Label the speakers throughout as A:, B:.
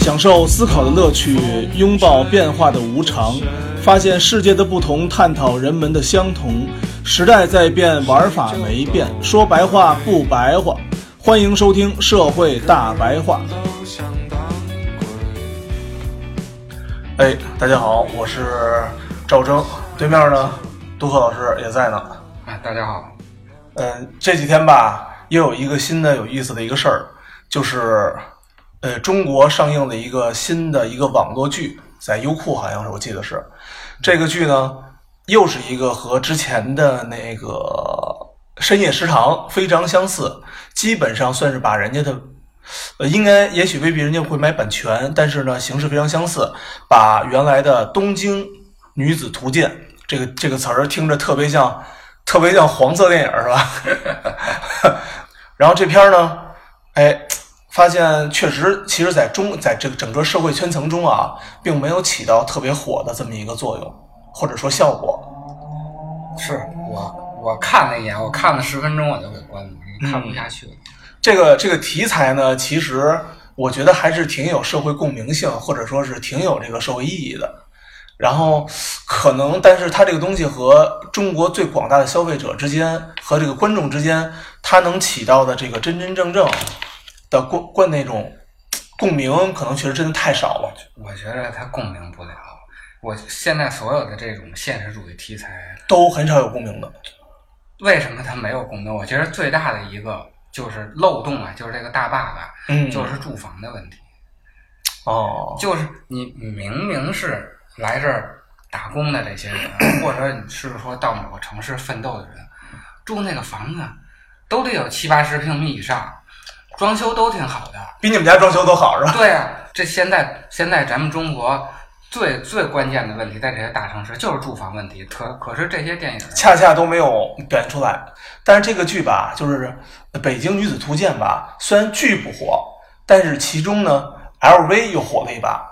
A: 享受思考的乐趣，拥抱变化的无常，发现世界的不同，探讨人们的相同。时代在变，玩法没变，说白话不白话。欢迎收听《社会大白话》。哎，大家好，我是赵征，对面呢，杜克老师也在呢。
B: 啊，大家好，
A: 嗯，这几天吧，又有一个新的有意思的一个事儿，就是，呃，中国上映的一个新的一个网络剧，在优酷好像是我记得是，这个剧呢，又是一个和之前的那个《深夜食堂》非常相似，基本上算是把人家的。呃，应该也许未必人家会买版权，但是呢，形式非常相似，把原来的《东京女子图鉴》这个这个词儿听着特别像，特别像黄色电影儿是吧？ 然后这片儿呢，哎，发现确实，其实在中在这个整个社会圈层中啊，并没有起到特别火的这么一个作用，或者说效果。
B: 是我我看了一眼，我看了十分钟我就给关了，看不下去了。
A: 这个这个题材呢，其实我觉得还是挺有社会共鸣性，或者说是挺有这个社会意义的。然后可能，但是它这个东西和中国最广大的消费者之间和这个观众之间，它能起到的这个真真正正的共共那种共鸣，可能确实真的太少了。
B: 我觉得它共鸣不了。我现在所有的这种现实主义题材，
A: 都很少有共鸣的。
B: 为什么它没有共鸣？我觉得最大的一个就是漏洞啊，就是这个大坝吧，
A: 嗯
B: 就是住房的问题。
A: 哦，
B: 就是你明明是来这儿打工的这些人，或者你是说到某个城市奋斗的人，住那个房子都得有七八十平米以上，装修都挺好的。
A: 比你们家装修都好是 吧？
B: 对啊，这现在现在咱们中国最最关键的问题，在这些大城市就是住房问题。可可是这些电影，
A: 恰恰都没有表现出来。但是这个剧吧，就是《北京女子图鉴》吧，虽然剧不火，但是其中呢，LV 又火了一把，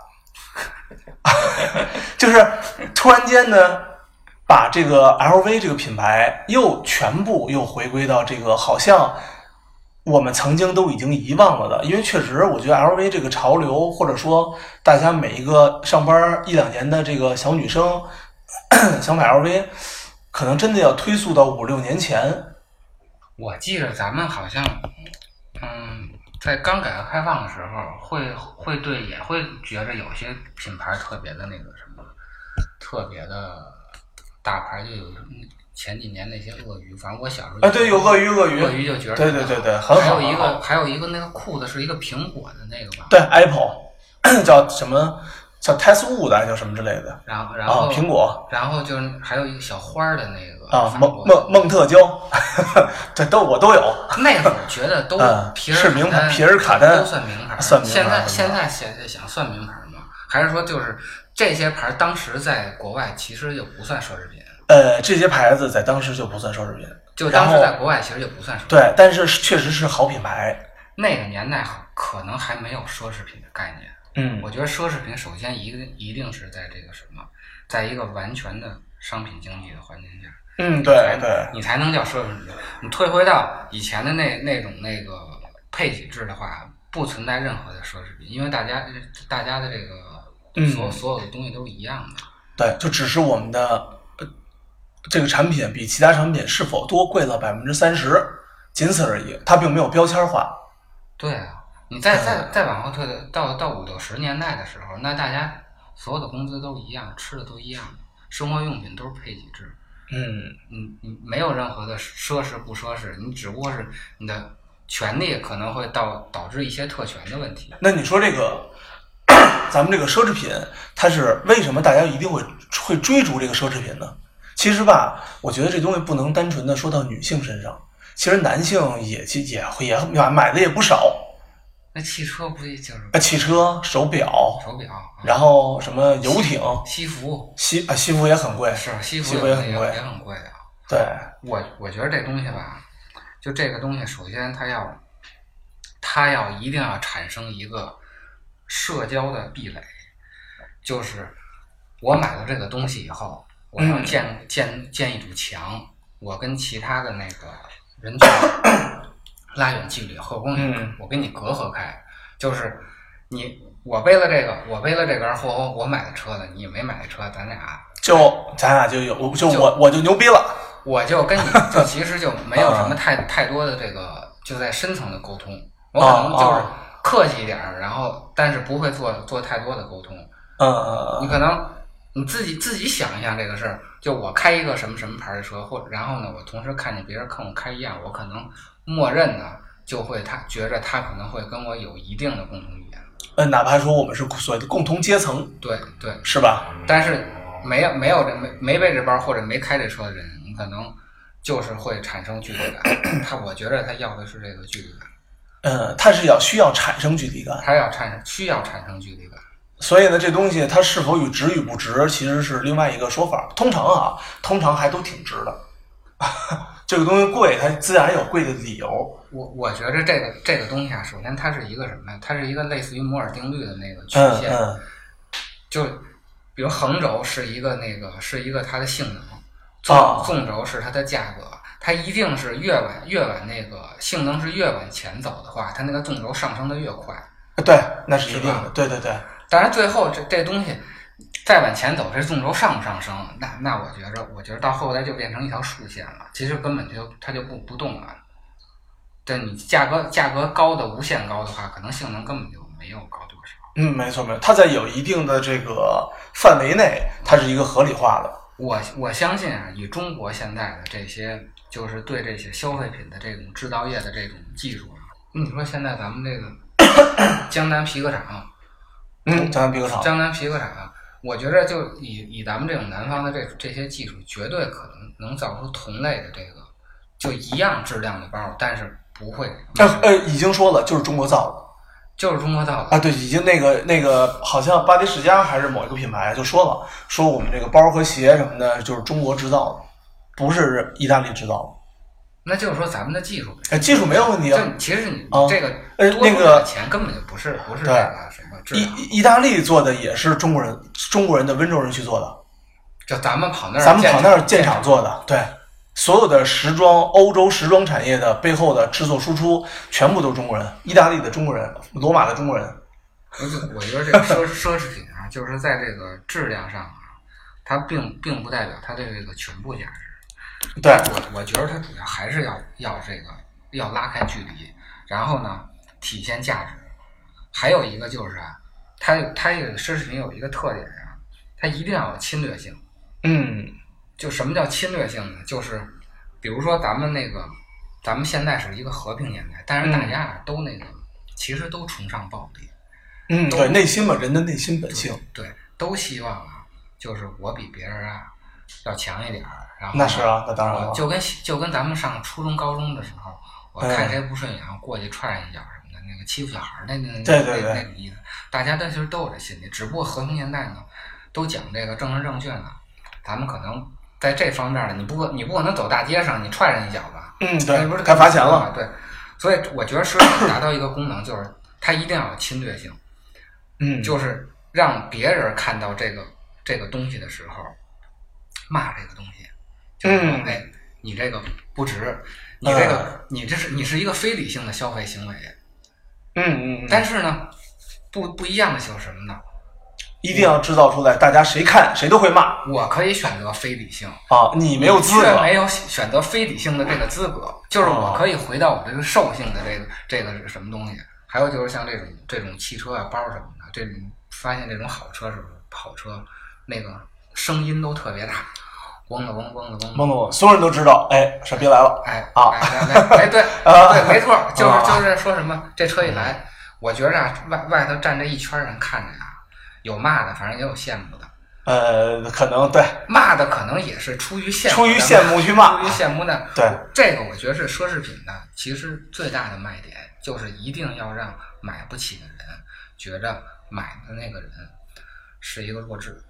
A: 就是突然间呢，把这个 LV 这个品牌又全部又回归到这个好像。我们曾经都已经遗忘了的，因为确实，我觉得 LV 这个潮流，或者说大家每一个上班一两年的这个小女生想买 LV，可能真的要推溯到五六年前。
B: 我记着咱们好像，嗯，在刚改革开放的时候，会会对也会觉着有些品牌特别的那个什么，特别的大牌，就有前几年那些鳄鱼，反正我小时候
A: 啊，对，有鳄鱼，鳄鱼，
B: 鳄鱼就觉得
A: 对对对对，很
B: 还
A: 好。
B: 有一
A: 很
B: 个
A: 好
B: 还有一个那个裤子是一个苹果的那个吧，
A: 对 Apple 叫什么？叫 Testwood 还是叫什么之类的
B: 然后然后、
A: 啊？苹果
B: 然后就是还有一个小花儿的那个
A: 啊，
B: 法
A: 蒙
B: 国的
A: 蒙蒙特娇， 这都我都有。
B: 那会儿觉得都
A: 嗯
B: 皮尔
A: 是名牌皮尔卡丹
B: 都算名牌。
A: 算名牌
B: 现在
A: 嗯
B: 现在想想算名牌吗？还是说就是这些牌当时在国外其实就不算奢侈品，
A: 呃，这些牌子在当时就不算奢侈品，
B: 就当时
A: 然后
B: 在国外其实就不算奢侈品。
A: 对，但是确实是好品牌。
B: 那个年代可能还没有奢侈品的概念。
A: 嗯，
B: 我觉得奢侈品首先一定一定是在这个什么，在一个完全的商品经济的环境下，
A: 嗯，对对，
B: 你才能叫奢侈品。你退回到以前的那那种那个配给制的话，不存在任何的奢侈品，因为大家大家的这个
A: 嗯
B: 所、所有的东西都是一样的。
A: 对，就只是我们的、呃这个产品比其他产品是否多贵了百分之三十，仅此而已，它并没有标签化。
B: 对啊，你再再再往后退的到到五六十年代的时候，那大家所有的工资都是一样，吃的都一样，生活用品都是配给制。
A: 嗯，
B: 你你没有任何的奢侈不奢侈，你只不过是你的权利可能会到导致一些特权的问题。
A: 那你说这个， 咱们这个奢侈品，它是为什么大家一定会会追逐这个奢侈品呢？其实吧，我觉得这东西不能单纯的说到女性身上，其实男性也其也会也买买的也不少，
B: 那汽车不也就是
A: 啊，汽车、手表，
B: 手表、啊
A: 然后什么游艇、
B: 西服？呃
A: 西啊西服也很贵，
B: 是西
A: 西服
B: 也
A: 也很贵
B: 也很贵的。
A: 对，
B: 我我觉得这东西吧，就这个东西，首先它要，它要一定要产生一个社交的壁垒，就是我买了这个东西以后，我要
A: 嗯
B: 建、建建一堵墙，我跟其他的那个人群拉远距离，后跟你、
A: 嗯
B: 我跟你隔阂开，就是你我为了这个，我为了这个而活，我我买的车了，你也没买的车，咱俩
A: 就咱俩就有，就
B: 就
A: 我我就牛逼了，
B: 我就跟你就其实就没有什么太太多的这个就在深层的沟通，我可能就是
A: 啊
B: 客气一点儿，然后但是不会做做太多的沟通。你
A: 嗯，
B: 可能你自己自己想一下这个事儿，就我开一个什么什么牌儿的车，或然后呢，我同时看见别人跟我开一样，我可能默认呢就会他觉着他可能会跟我有一定的共同语言，
A: 呃，哪怕说我们是所谓的共同阶层，
B: 对对，
A: 是吧？
B: 但是没有没有这没没被这包或者没开这车的人，你可能就是会产生距离 感。他我觉着他要的是这个距离感，
A: 嗯，它是要需要产生距离感，
B: 他要产生需要产生距离感。
A: 所以呢，这东西它是否与值与不值，其实是另外一个说法。通常啊，通常还都挺值的。 这个东西贵，它自然有贵的理由。
B: 我我觉着这个这个东西啊，首先它是一个什么呀？它是一个类似于摩尔定律的那个曲
A: 嗯
B: 线，
A: 嗯
B: 就比如横轴是一个那个是一个它的性能，
A: 啊
B: 纵纵轴是它的价格，它一定是越往越往那个性能是越往前走的话，它那个纵轴上升的越快。
A: 对，那是一定
B: 是
A: 的。对对对，
B: 当然最后这这东西再往前走，这纵轴上不上升？那那我觉着，我觉得到后来就变成一条竖线了，其实根本就它就不不动了。对你价格价格高的无限高的话，可能性能根本就没有高多少。
A: 嗯，没错没错，它在有一定的这个范围内，它是一个合理化的。
B: 我我相信啊，以中国现在的这些，就是对这些消费品的这种制造业的这种技术啊，你说现在咱们这个 江南皮革厂，
A: 嗯，咱们比个厂，
B: 江南皮革厂，啊我觉着就以以咱们这种南方的这这些技术，绝对可能能造出同类的这个，就一样质量的包，但是不会，
A: 但是呃，已经说了，就是中国造的。
B: 就是中国造的。
A: 啊，对，已经那个那个，好像巴黎世家还是某一个品牌就说了，说我们这个包和鞋什么的，就是中国制造的，不是意大利制造
B: 那就是说咱们的技术，
A: 的。哎，技术没有问题啊。
B: 就其实你
A: 啊
B: 这个
A: 呃
B: 多
A: 那
B: 出
A: 个
B: 的钱根本就不是不是
A: 对
B: 这个什么质
A: 意
B: 量，
A: 意大利做的也是中国人，中国人的温州人去做的，
B: 就咱们跑那儿
A: 咱们跑那儿
B: 建
A: 建厂做的，对。所有的时装，欧洲时装产业的背后的制作输出，全部都是中国人，意大利的中国人，罗马的中国人。
B: 不是，我觉得这个奢奢侈品啊，就是在这个质量上啊，它并并不代表它的这个全部价值。
A: 对，
B: 我我觉得它主要还是要要这个要拉开距离，然后呢体现价值。还有一个就是啊，它它这个奢侈品有一个特点啊，它一定要有侵略性。
A: 嗯，
B: 就什么叫侵略性呢？就是比如说咱们那个，咱们现在是一个和平年代，但是大家啊都那个、其实都崇尚暴力。
A: 嗯，对，内心嘛，人的内心本性，
B: 对，都希望啊，就是我比别人啊要强一点儿，然后
A: 那是啊，那当然
B: 我
A: 了，
B: 就跟就跟咱们上初中、高中的时候，我
A: 嗯
B: 看谁不顺眼，我过去踹一脚什么的，那个欺负小孩儿那那那
A: 对对对
B: 那种意思，大家都其实都有这心理，只不过和平年代呢，都讲这个政治正确呢，咱们可能在这方面呢，你不你不可能走大街上你踹人一脚吧，
A: 嗯，
B: 那不
A: 对，
B: 是
A: 该罚钱了。。
B: 对，所以我觉得奢侈品达到一个功能，就是它一定要有侵略性。
A: 嗯，
B: 就是让别人看到这个这个东西的时候，骂这个东西，就是说，
A: 嗯
B: 哎，你这个不值，你这个、
A: 嗯
B: 你这是你是一个非理性的消费行为。
A: 嗯嗯嗯，
B: 但是呢，不不一样的就是什么呢？
A: 一定要制造出来，大家谁看谁都会骂
B: 我可以选择非理性，
A: 啊！你没有资
B: 却
A: 格，哦
B: 没有选择非理性的这个资格，就是我可以回到我这个兽性的这个这个是什么东西。还有就是像这种这种汽车啊、包什么的，这种发现这种好车是不是跑车，那个声音都特别大，嗡的嗡嗡的嗡。
A: 懵懂我，所有人都知道，哎，傻逼来了，
B: 哎
A: 啊
B: 哎来来来，对
A: 啊
B: 对，没错，就是
A: 啊嗯
B: 就是说什么这车一来，我觉着啊，外外头站这一圈人看着啊，有骂的，反正也有羡慕的，
A: 呃，可能对，
B: 骂的可能也是出于羡慕的，
A: 出于羡慕去骂
B: 出于羡慕的，
A: 对，
B: 这个我觉得是奢侈品的，其实最大的卖点就是一定要让买不起的人觉着买的那个人是一个弱智，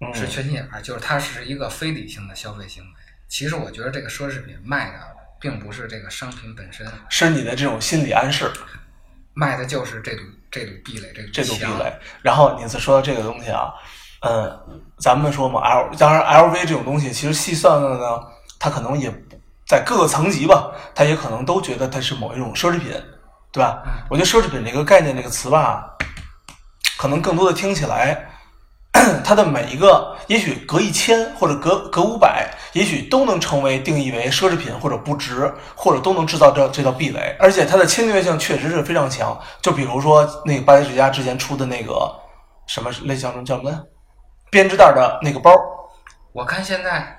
A: 嗯
B: 是缺心眼儿，就是他是一个非理性的消费行为。其实我觉得这个奢侈品卖的并不是这个商品本身，
A: 是你的这种心理暗示，
B: 卖的就是这堵这堵壁垒，这堵
A: 这种壁
B: 墙
A: 垒。然后你再说到这个东西啊，嗯，咱们说嘛，L，当然 LV 这种东西，其实细算算呢，它可能也在各个层级吧，它也可能都觉得它是某一种奢侈品，对吧？我觉得奢侈品这个概念这个词吧，可能更多的听起来，它的每一个，也许隔一千或者隔隔五百，也许都能成为定义为奢侈品或者不值，或者都能制造这这道壁垒。而且它的侵略性确实是非常强。就比如说那个巴黎世家之前出的那个什么类叫什么叫什么编织袋的那个包，
B: 我看现在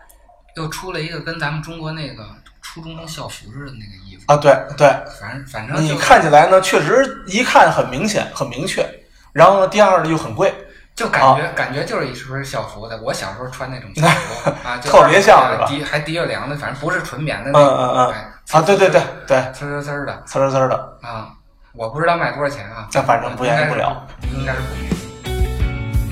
B: 又出了一个跟咱们中国那个初中生校服似的那个衣服，
A: 啊，对对，
B: 反正反正
A: 你
B: 就
A: 看起来呢，确实一看很明显很明确，然后呢，第二呢又很贵，
B: 就感
A: 哦
B: 觉、感觉就是一身校服的。我小时候穿 那种校服啊，就
A: 特别像是吧
B: 提还提着凉的，反正不是纯棉的
A: 嗯
B: 那种，
A: 嗯嗯，
B: 哎
A: 啊，对对对，对，
B: 呲儿呲儿的
A: 呲儿呲儿的，
B: 啊。我不知道卖多少钱啊，
A: 但反正不便宜不了。
B: 应该是不便宜。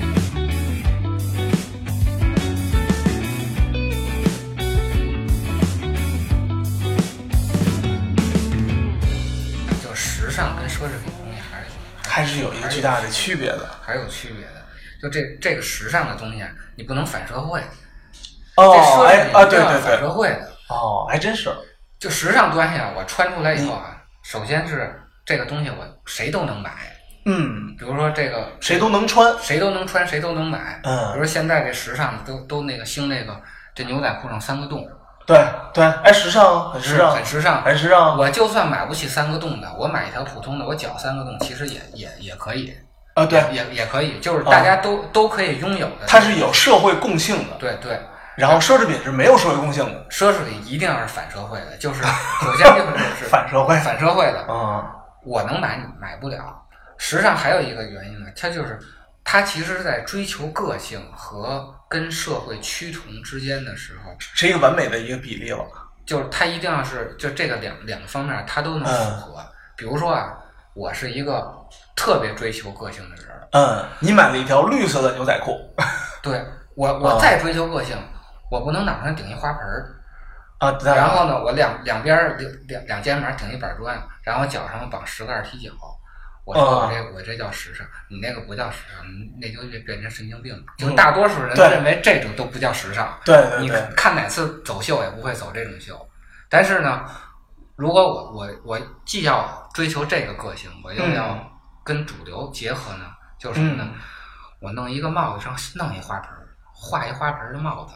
B: 就时尚跟奢侈品东西还是
A: 还是有一个巨大的区别的。
B: 还是有区别的。就这这个时尚的东西啊，你不能反社会。这
A: 哦，
B: 奢侈
A: 哎
B: 品
A: 啊，
B: 一定
A: 对
B: 要
A: 对
B: 反
A: 对，
B: 社会的。
A: 哦，还真是，
B: 就时尚东西啊，我穿出来以后啊，首先是这个东西我谁都能买，
A: 嗯，
B: 比如说这个
A: 谁都能穿，
B: 谁都能穿，谁都能买。比如
A: 嗯，
B: 说现在这时尚都都那个兴那个这牛仔裤上三个洞，
A: 对对，哎，时尚，很时
B: 是
A: 尚，
B: 很时尚。
A: 很时尚，
B: 我就算买不起三个洞的，我买一条普通的，我绞三个洞，其实也也也可以，
A: 啊，对，
B: 也也可以，就是大家都、都可以拥有的。
A: 嗯它是有社会共性的，
B: 对对，
A: 然后奢侈品是没有社会共性的，
B: 奢侈品一定要是反社会的，就是首先这个是
A: 反社会，
B: 反社会的，
A: 嗯，
B: 我能买你买不了。时尚还有一个原因呢，它就是它其实在追求个性和跟社会趋同之间的时候，
A: 是一个完美的一个比例了，
B: 就是它一定要是就这个两两个方面它都能
A: 嗯
B: 符合。比如说啊，我是一个特别追求个性的人儿，
A: 嗯，你买了一条绿色的牛仔裤，
B: 对我
A: 哦
B: 我再追求个性，我不能脑上顶一花盆儿。
A: 啊，
B: 然后呢，我两两边儿两两两肩膀顶一板砖，然后脚上绑十个二踢脚。我说
A: 啊
B: 我这我这叫时尚，你那个不叫时尚，你那就变变成神经病了。就大多数
A: 嗯
B: 人
A: 对
B: 认为这种都不叫时尚。
A: 对对
B: 你
A: 对，
B: 看哪次走秀也不会走这种秀。但是呢，如果我我我既要追求这个个性，我又
A: 嗯
B: 要跟主流结合呢，就是什么呢？我弄一个帽子上弄一花盆儿，画一花盆儿的帽子，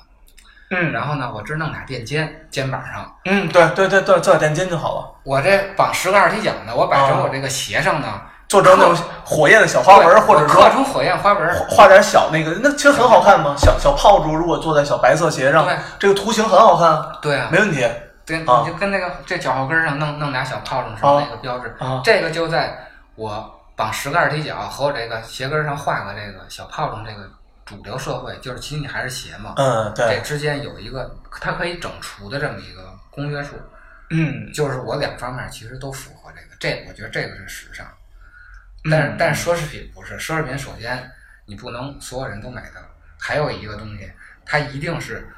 A: 嗯，
B: 然后呢，我这儿弄俩垫肩，肩膀上。
A: 嗯，对对对对，做点垫肩就好了，
B: 我这绑十个二踢脚呢，我摆成
A: 啊
B: 我这个鞋上呢，
A: 做成那种火焰的小花
B: 对
A: 纹，或者
B: 我
A: 说
B: 刻成火焰花纹儿，
A: 画点小那个，那其实很好看嘛。小小炮竹如果坐在小白色鞋上
B: 对，
A: 这个图形很好看啊，
B: 对啊，
A: 没问题。
B: 对，你
A: 啊
B: 就跟那个这脚后跟儿上弄弄俩小炮仗什么
A: 啊
B: 那个标志
A: 啊，
B: 这个就在我绑十个二踢脚和我这个鞋跟儿上画个这个小炮仗，这个主流社会就是其实你还是鞋嘛，
A: 嗯，
B: 这
A: 对，
B: 之间有一个它可以整除的这么一个公约数，
A: 嗯，
B: 就是我两方面其实都符合这个，这我觉得这个是时尚，但
A: 嗯
B: 是但是奢侈品不是，奢侈品首先你不能所有人都买到，还有一个东西，它一定是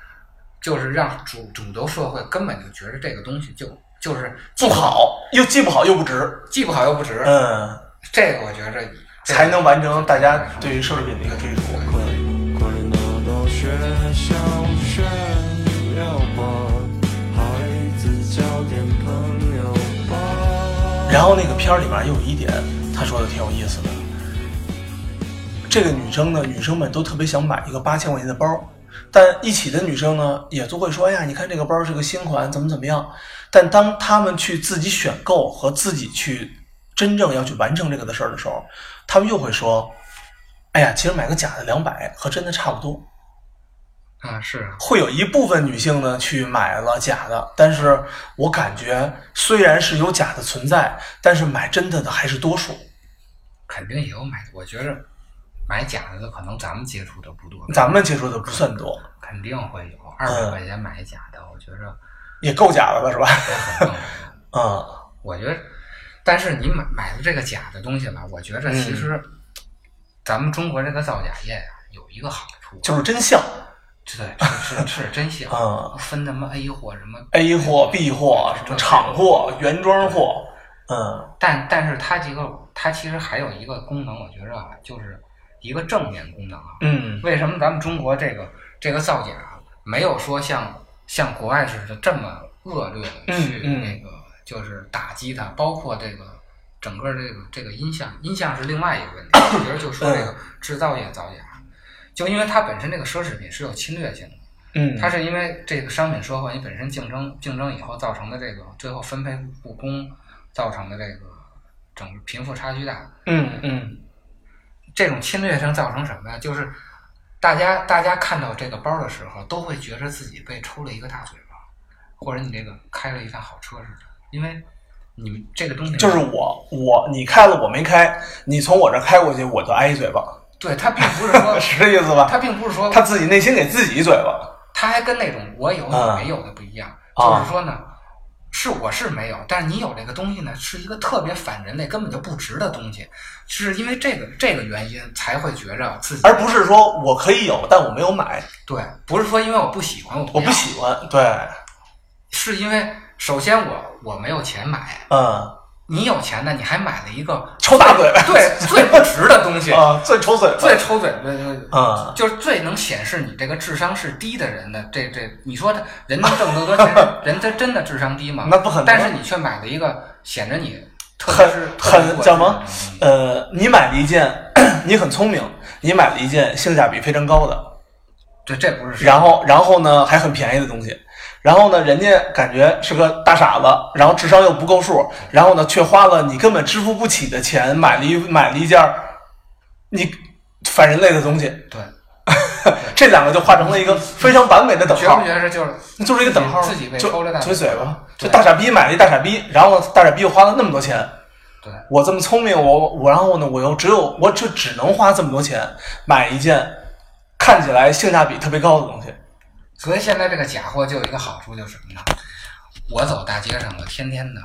B: 就是让主主流社会根本就觉得这个东西就就是
A: 不好，又既不好又不值，
B: 既不好又不值，
A: 嗯，
B: 这个我觉着
A: 才能完成大家对于奢侈品的一个追逐。
C: 快点拿到学校炫耀吧，孩子交点朋友吧。
A: 然后那个片儿里面又有一点，他说的挺有意思的。这个女生呢，女生们都特别想买一个八千块钱的包，但一起的女生呢，也都会说：“哎呀，你看这个包是个新款，怎么怎么样。”但当她们去自己选购和自己去真正要去完成这个的事儿的时候，她们又会说：“哎呀，其实买个假的两百和真的差不多。”
B: 啊是
A: 会有一部分女性呢去买了假的，但是我感觉虽然是有假的存在，但是买真的的还是多数。
B: 肯定也有买，我觉着买假的可能咱们接触的不多，
A: 咱们嗯接触的不算多，
B: 肯定会有二百块钱买假的，我觉着
A: 也够假的了是吧？
B: 也很正常。
A: 嗯，
B: 我觉得，但是你买买的这个假的东西吧，我觉着
A: 嗯
B: 其实咱们中国这个造假业呀、有一个好处，
A: 就是真相。
B: 对，是是是真 香，
A: 嗯
B: 分什么 A 货什么
A: A 货、B 货、什么厂货、原装货，嗯
B: 但但是它这个它其实还有一个功能，我觉着啊，就是一个正面功能啊。
A: 嗯
B: 为什么咱们中国这个这个造假啊没有说像像国外似的这么恶劣的去
A: 嗯嗯
B: 那个就是打击它，包括这个整个这个这个音像，音像是另外一个问 题。比如就说这个制造业造假，就因为它本身这个奢侈品是有侵略性的，
A: 嗯，
B: 它是因为这个商品社会你本身竞争竞争以后造成的这个最后分配不公造成的这个整个贫富差距大，
A: 嗯嗯
B: 这种侵略性造成什么呀？就是大家大家看到这个包的时候，都会觉着自己被抽了一个大嘴巴，或者你这个开了一辆好车似的，因为你们这个东西
A: 就是我我你开了我没开，你从我这儿开过去我就挨一嘴巴，
B: 对它并不是 说
A: 是这意思吧？
B: 它并不是说
A: 他自己内心给自己一嘴巴。
B: 它还跟那种我有
A: 啊
B: 你没有的不一样，
A: 啊
B: 就是说呢，是我是没有，但是你有这个东西呢，是一个特别反人类、根本就不值的东西，是因为这个这个原因才会觉着自己
A: 而不是说我可以有，但我没有买，
B: 对，不是说因为我不喜欢我
A: 我
B: 不
A: 不
B: 要
A: 喜欢。对，
B: 是因为首先我我没有钱买，
A: 嗯，
B: 你有钱呢，你还买了 一个
A: 抽大嘴巴
B: 对最不值的东西，
A: 啊，最抽嘴
B: 最抽嘴巴的。呃
A: 巴，嗯，
B: 就是最能显示你这个智商是低的人的，这这，你说他人能挣多 多钱，人他真的智商低吗？
A: 那不可能
B: 但是你却买了一个显着你特别
A: 很
B: 是特别
A: 很叫什么
B: 过去的？
A: 呃，你买了一件，你很聪明，你买了一件性价比非常高的，
B: 这这不是事
A: 然后然后呢还很便宜的东西，然后呢人家感觉是个大傻子，然后智商又不够数，然后呢却花了你根本支付不起的钱买了一买了一件儿你反人类的东西，
B: 对，
A: 这两个就化成了一个非常完美的等
B: 觉
A: 号
B: 不。觉得就是
A: 那就是一个等号，
B: 自己被抽着大
A: 就嘴嘴巴，
B: 对
A: 就大傻逼买了一大傻逼，然后大傻逼又花了那么多钱。
B: 对
A: 我这么聪明，我我然后呢，我又只有我就只能花这么多钱买一件看起来性价比特别高的东西。
B: 所以现在这个假货就有一个好处，就是什么呢？我走大街上，我天天的，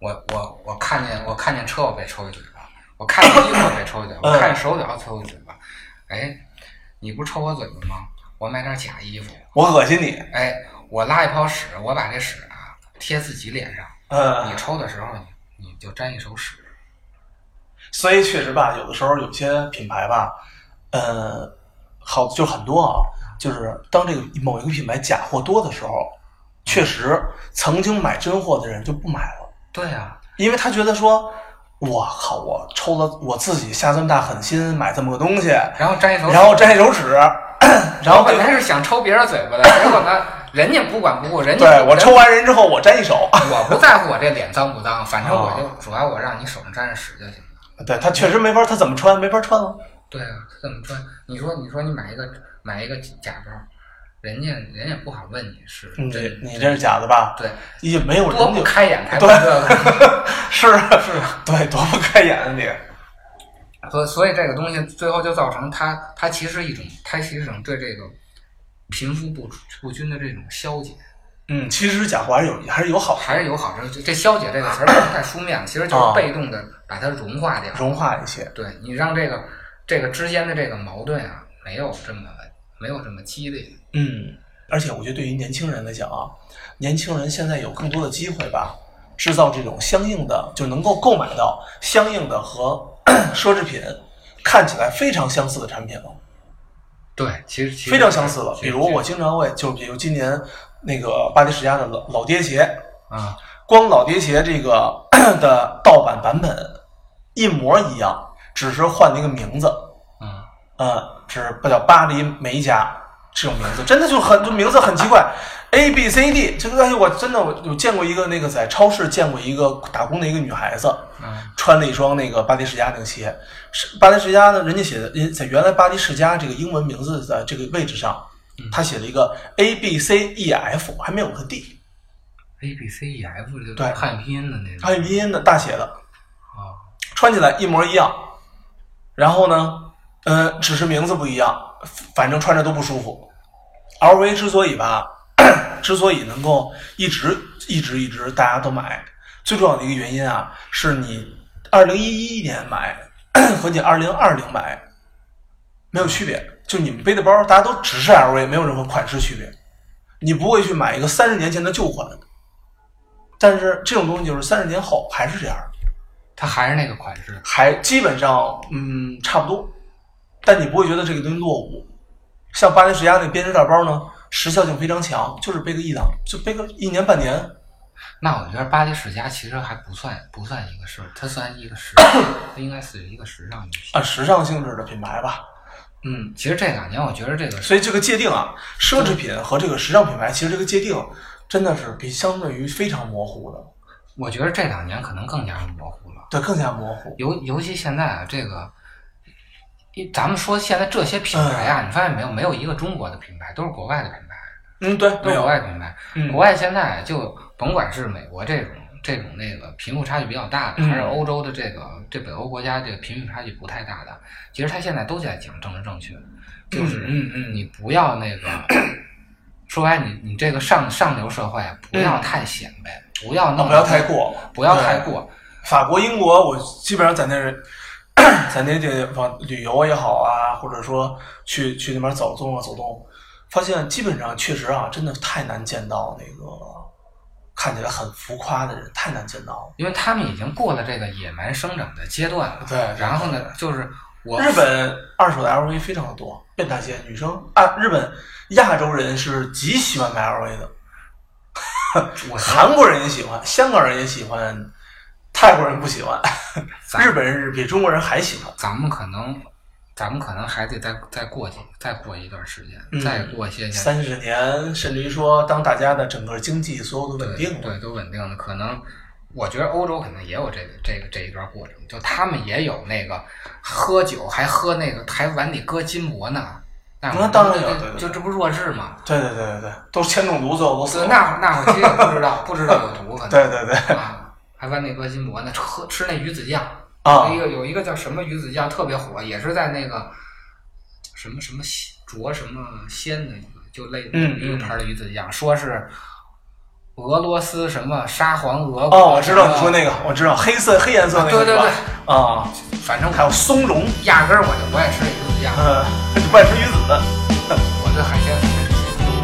B: 我我我看见我看见车我被抽一嘴巴，我看见衣服被抽一嘴巴，
A: 嗯
B: 我看见手表抽一嘴巴。哎，你不是抽我嘴巴吗？我买点假衣服，
A: 我恶心你，
B: 哎，我拉一泡屎，我把这屎啊贴自己脸上。
A: 嗯
B: 你，抽的时候，你你就沾一手屎。
A: 所以确实吧，有的时候有些品牌吧，呃，好就很多啊，就是当这个某一个品牌假货多的时候，确实曾经买真货的人就不买了。
B: 对啊呀、
A: 因为他觉得说，我靠，我抽了我自己下这么大狠心买这么个东西，
B: 然后沾一手屎，
A: 然后摘手指， 然后
B: 我
A: 被
B: 本来是想抽别人嘴巴的，结果呢，人家不管不顾，人 家
A: 对我
B: 人
A: 抽完人之后我摘一手，
B: 我不在乎我这脸脏不脏，反正我
A: 哦
B: 就主要我让你手上沾着屎就行了。
A: 对他确实没法，他怎么穿没法穿了。
B: 对啊，怎么穿？你说你说你买一个买一个假包，人家人也不好问你是
A: 你
B: 真
A: 你这是假的吧？
B: 对，
A: 也没有人
B: 多不
A: 就
B: 开眼才
A: 对
B: 问这个。
A: 是是，啊对，多不开眼啊你。
B: 所以所以这个东西最后就造成它它其实一种它其实一种对这个贫富不不均的这种消解，
A: 嗯，其实假货还是有还是有好处，
B: 还是有好处。这这消解这个词儿不能太书面了，其实就
A: 哦
B: 是被动的把它融化掉。
A: 融化一些。
B: 对你让这个这个之间的这个矛盾啊，没有这么没有这么激烈。
A: 嗯，而且我觉得对于年轻人来讲啊，年轻人现在有更多的机会吧，制造这种相应的，就能够购买到相应的和 奢侈品看起来非常相似的产品了，
B: 对，其实其实
A: 非常相似了。
B: 其
A: 比
B: 实
A: 如我经常会，就比如今年那个巴黎世家的老老爹鞋，
B: 啊，
A: 光老爹鞋这个 的盗版版本一模一样，只是换了一个名字，
B: 嗯，
A: 呃，是不叫巴黎梅家这种名字，真的就很就名字很奇怪，A B C D，这个东西我真的我有见过一个那个在超市见过一个打工的一个女孩子，
B: 嗯
A: 穿了一双那个巴黎世家那个鞋，是巴黎世家呢，人家写的人在原来巴黎世家这个英文名字的这个位置上，他写了一个 A B C E F，还没有个 D，
B: ，A B C E F 就
A: 对
B: 汉拼音的那种，
A: 汉语拼音的大写的，
B: 啊，
A: 穿起来一模一样，然后呢，呃，只是名字不一样，反正穿着都不舒服。LV 之所以吧， 之所以能够一直一直一直大家都买，最重要的一个原因啊，是你二零一一年买 和你二零二零买没有区别，就你们背的包大家都只是 LV，没有任何款式区别，你不会去买一个三十年前的旧款。但是这种东西就是三十年后还是这样，
B: 它还是那个款式，
A: 还基本上嗯差不多，但你不会觉得这个东西落伍。像巴黎世家那编织袋包呢，时效性非常强，就是背个一档，就背个一年半年，
B: 那我觉得巴黎世家其实还不算不算一个事儿，它算一个时，它应该是一个时尚游戏。
A: 按啊时尚性质的品牌吧。
B: 嗯，其实这两年我觉得这个是
A: 所以这个界定啊，奢侈品和这个时尚品牌，其实这个界定真的是比相对于非常模糊的，
B: 我觉得这两年可能更加模糊了。
A: 对，更加模糊。
B: 尤尤其现在啊，这个，一咱们说现在这些品牌啊，你发现没有，没有一个中国的品牌，都是国外的品牌，
A: 嗯，对，
B: 都
A: 没
B: 是国
A: 有，
B: 外品牌。
A: 嗯
B: 国外现在就甭管是美国这种这种那个贫富差距比较大的，
A: 嗯
B: 还是欧洲的这个这北欧国家这个贫富差距不太大的，其实他现在都在讲政治正确，就是
A: 嗯嗯
B: 你不要那个，说白了你你这个上上流社会啊不要太显摆，不要
A: 嗯
B: 弄
A: 哦不要太过，
B: 不要太过，
A: 法国、英国，我基本上在那儿， 在那地方旅游也好啊，或者说去去那边走动啊走动，发现基本上确实啊，真的太难见到那个看起来很浮夸的人，太难见到了。
B: 因为他们已经过了这个野蛮生长的阶段了。
A: 对对
B: 然后呢，就是我
A: 日本二手的 LV 非常的多，变态街女生啊，日本亚洲人是极喜欢买 LV 的，
B: 我
A: 韩国人也喜欢，香港人也喜欢，泰国人不喜欢，
B: 咱
A: 日本人是比中国人还喜欢。
B: 咱们可能，咱们可能还得再再过几再过一段时间，
A: 嗯
B: 再过些年，
A: 三十年，甚至于说，当大家的整个经济所有都稳定了，
B: 对，都稳定了。可能我觉得欧洲可能也有这个这个这一段过程，就他们也有那个喝酒还喝那个还碗里搁金箔呢。那
A: 那当然有
B: 就
A: 对对
B: 就这不弱智吗？
A: 对对对对对，都是铅中毒最后都死
B: 所以
A: 了。
B: 那会那会儿其实不知道不知道有毒，可能
A: 对对对，
B: 啊，还玩那个金箔呢，喝吃那鱼子酱
A: 啊
B: 有一个有一个叫什么鱼子酱特别火，也是在那个什么什么西卓什么鲜的一个，就类
A: 嗯
B: 一个牌儿的鱼子酱，说是俄罗斯什么沙皇俄国
A: 哦，我知道你说
B: 什么
A: 那个，我知道黑色黑颜色那个
B: 对对
A: 是吧
B: 对，
A: 啊，
B: 反正
A: 还有
B: 我
A: 松茸，
B: 压根儿我就不爱吃鱼子酱，
A: 呃，外吃鱼子，
B: 我对海鲜那个东西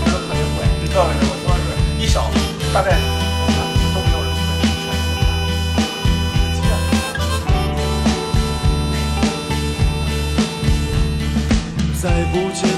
B: 不是特别会。
A: 你知道为什么？说是一小大概都没有人会吃鸡蛋。
C: 再不见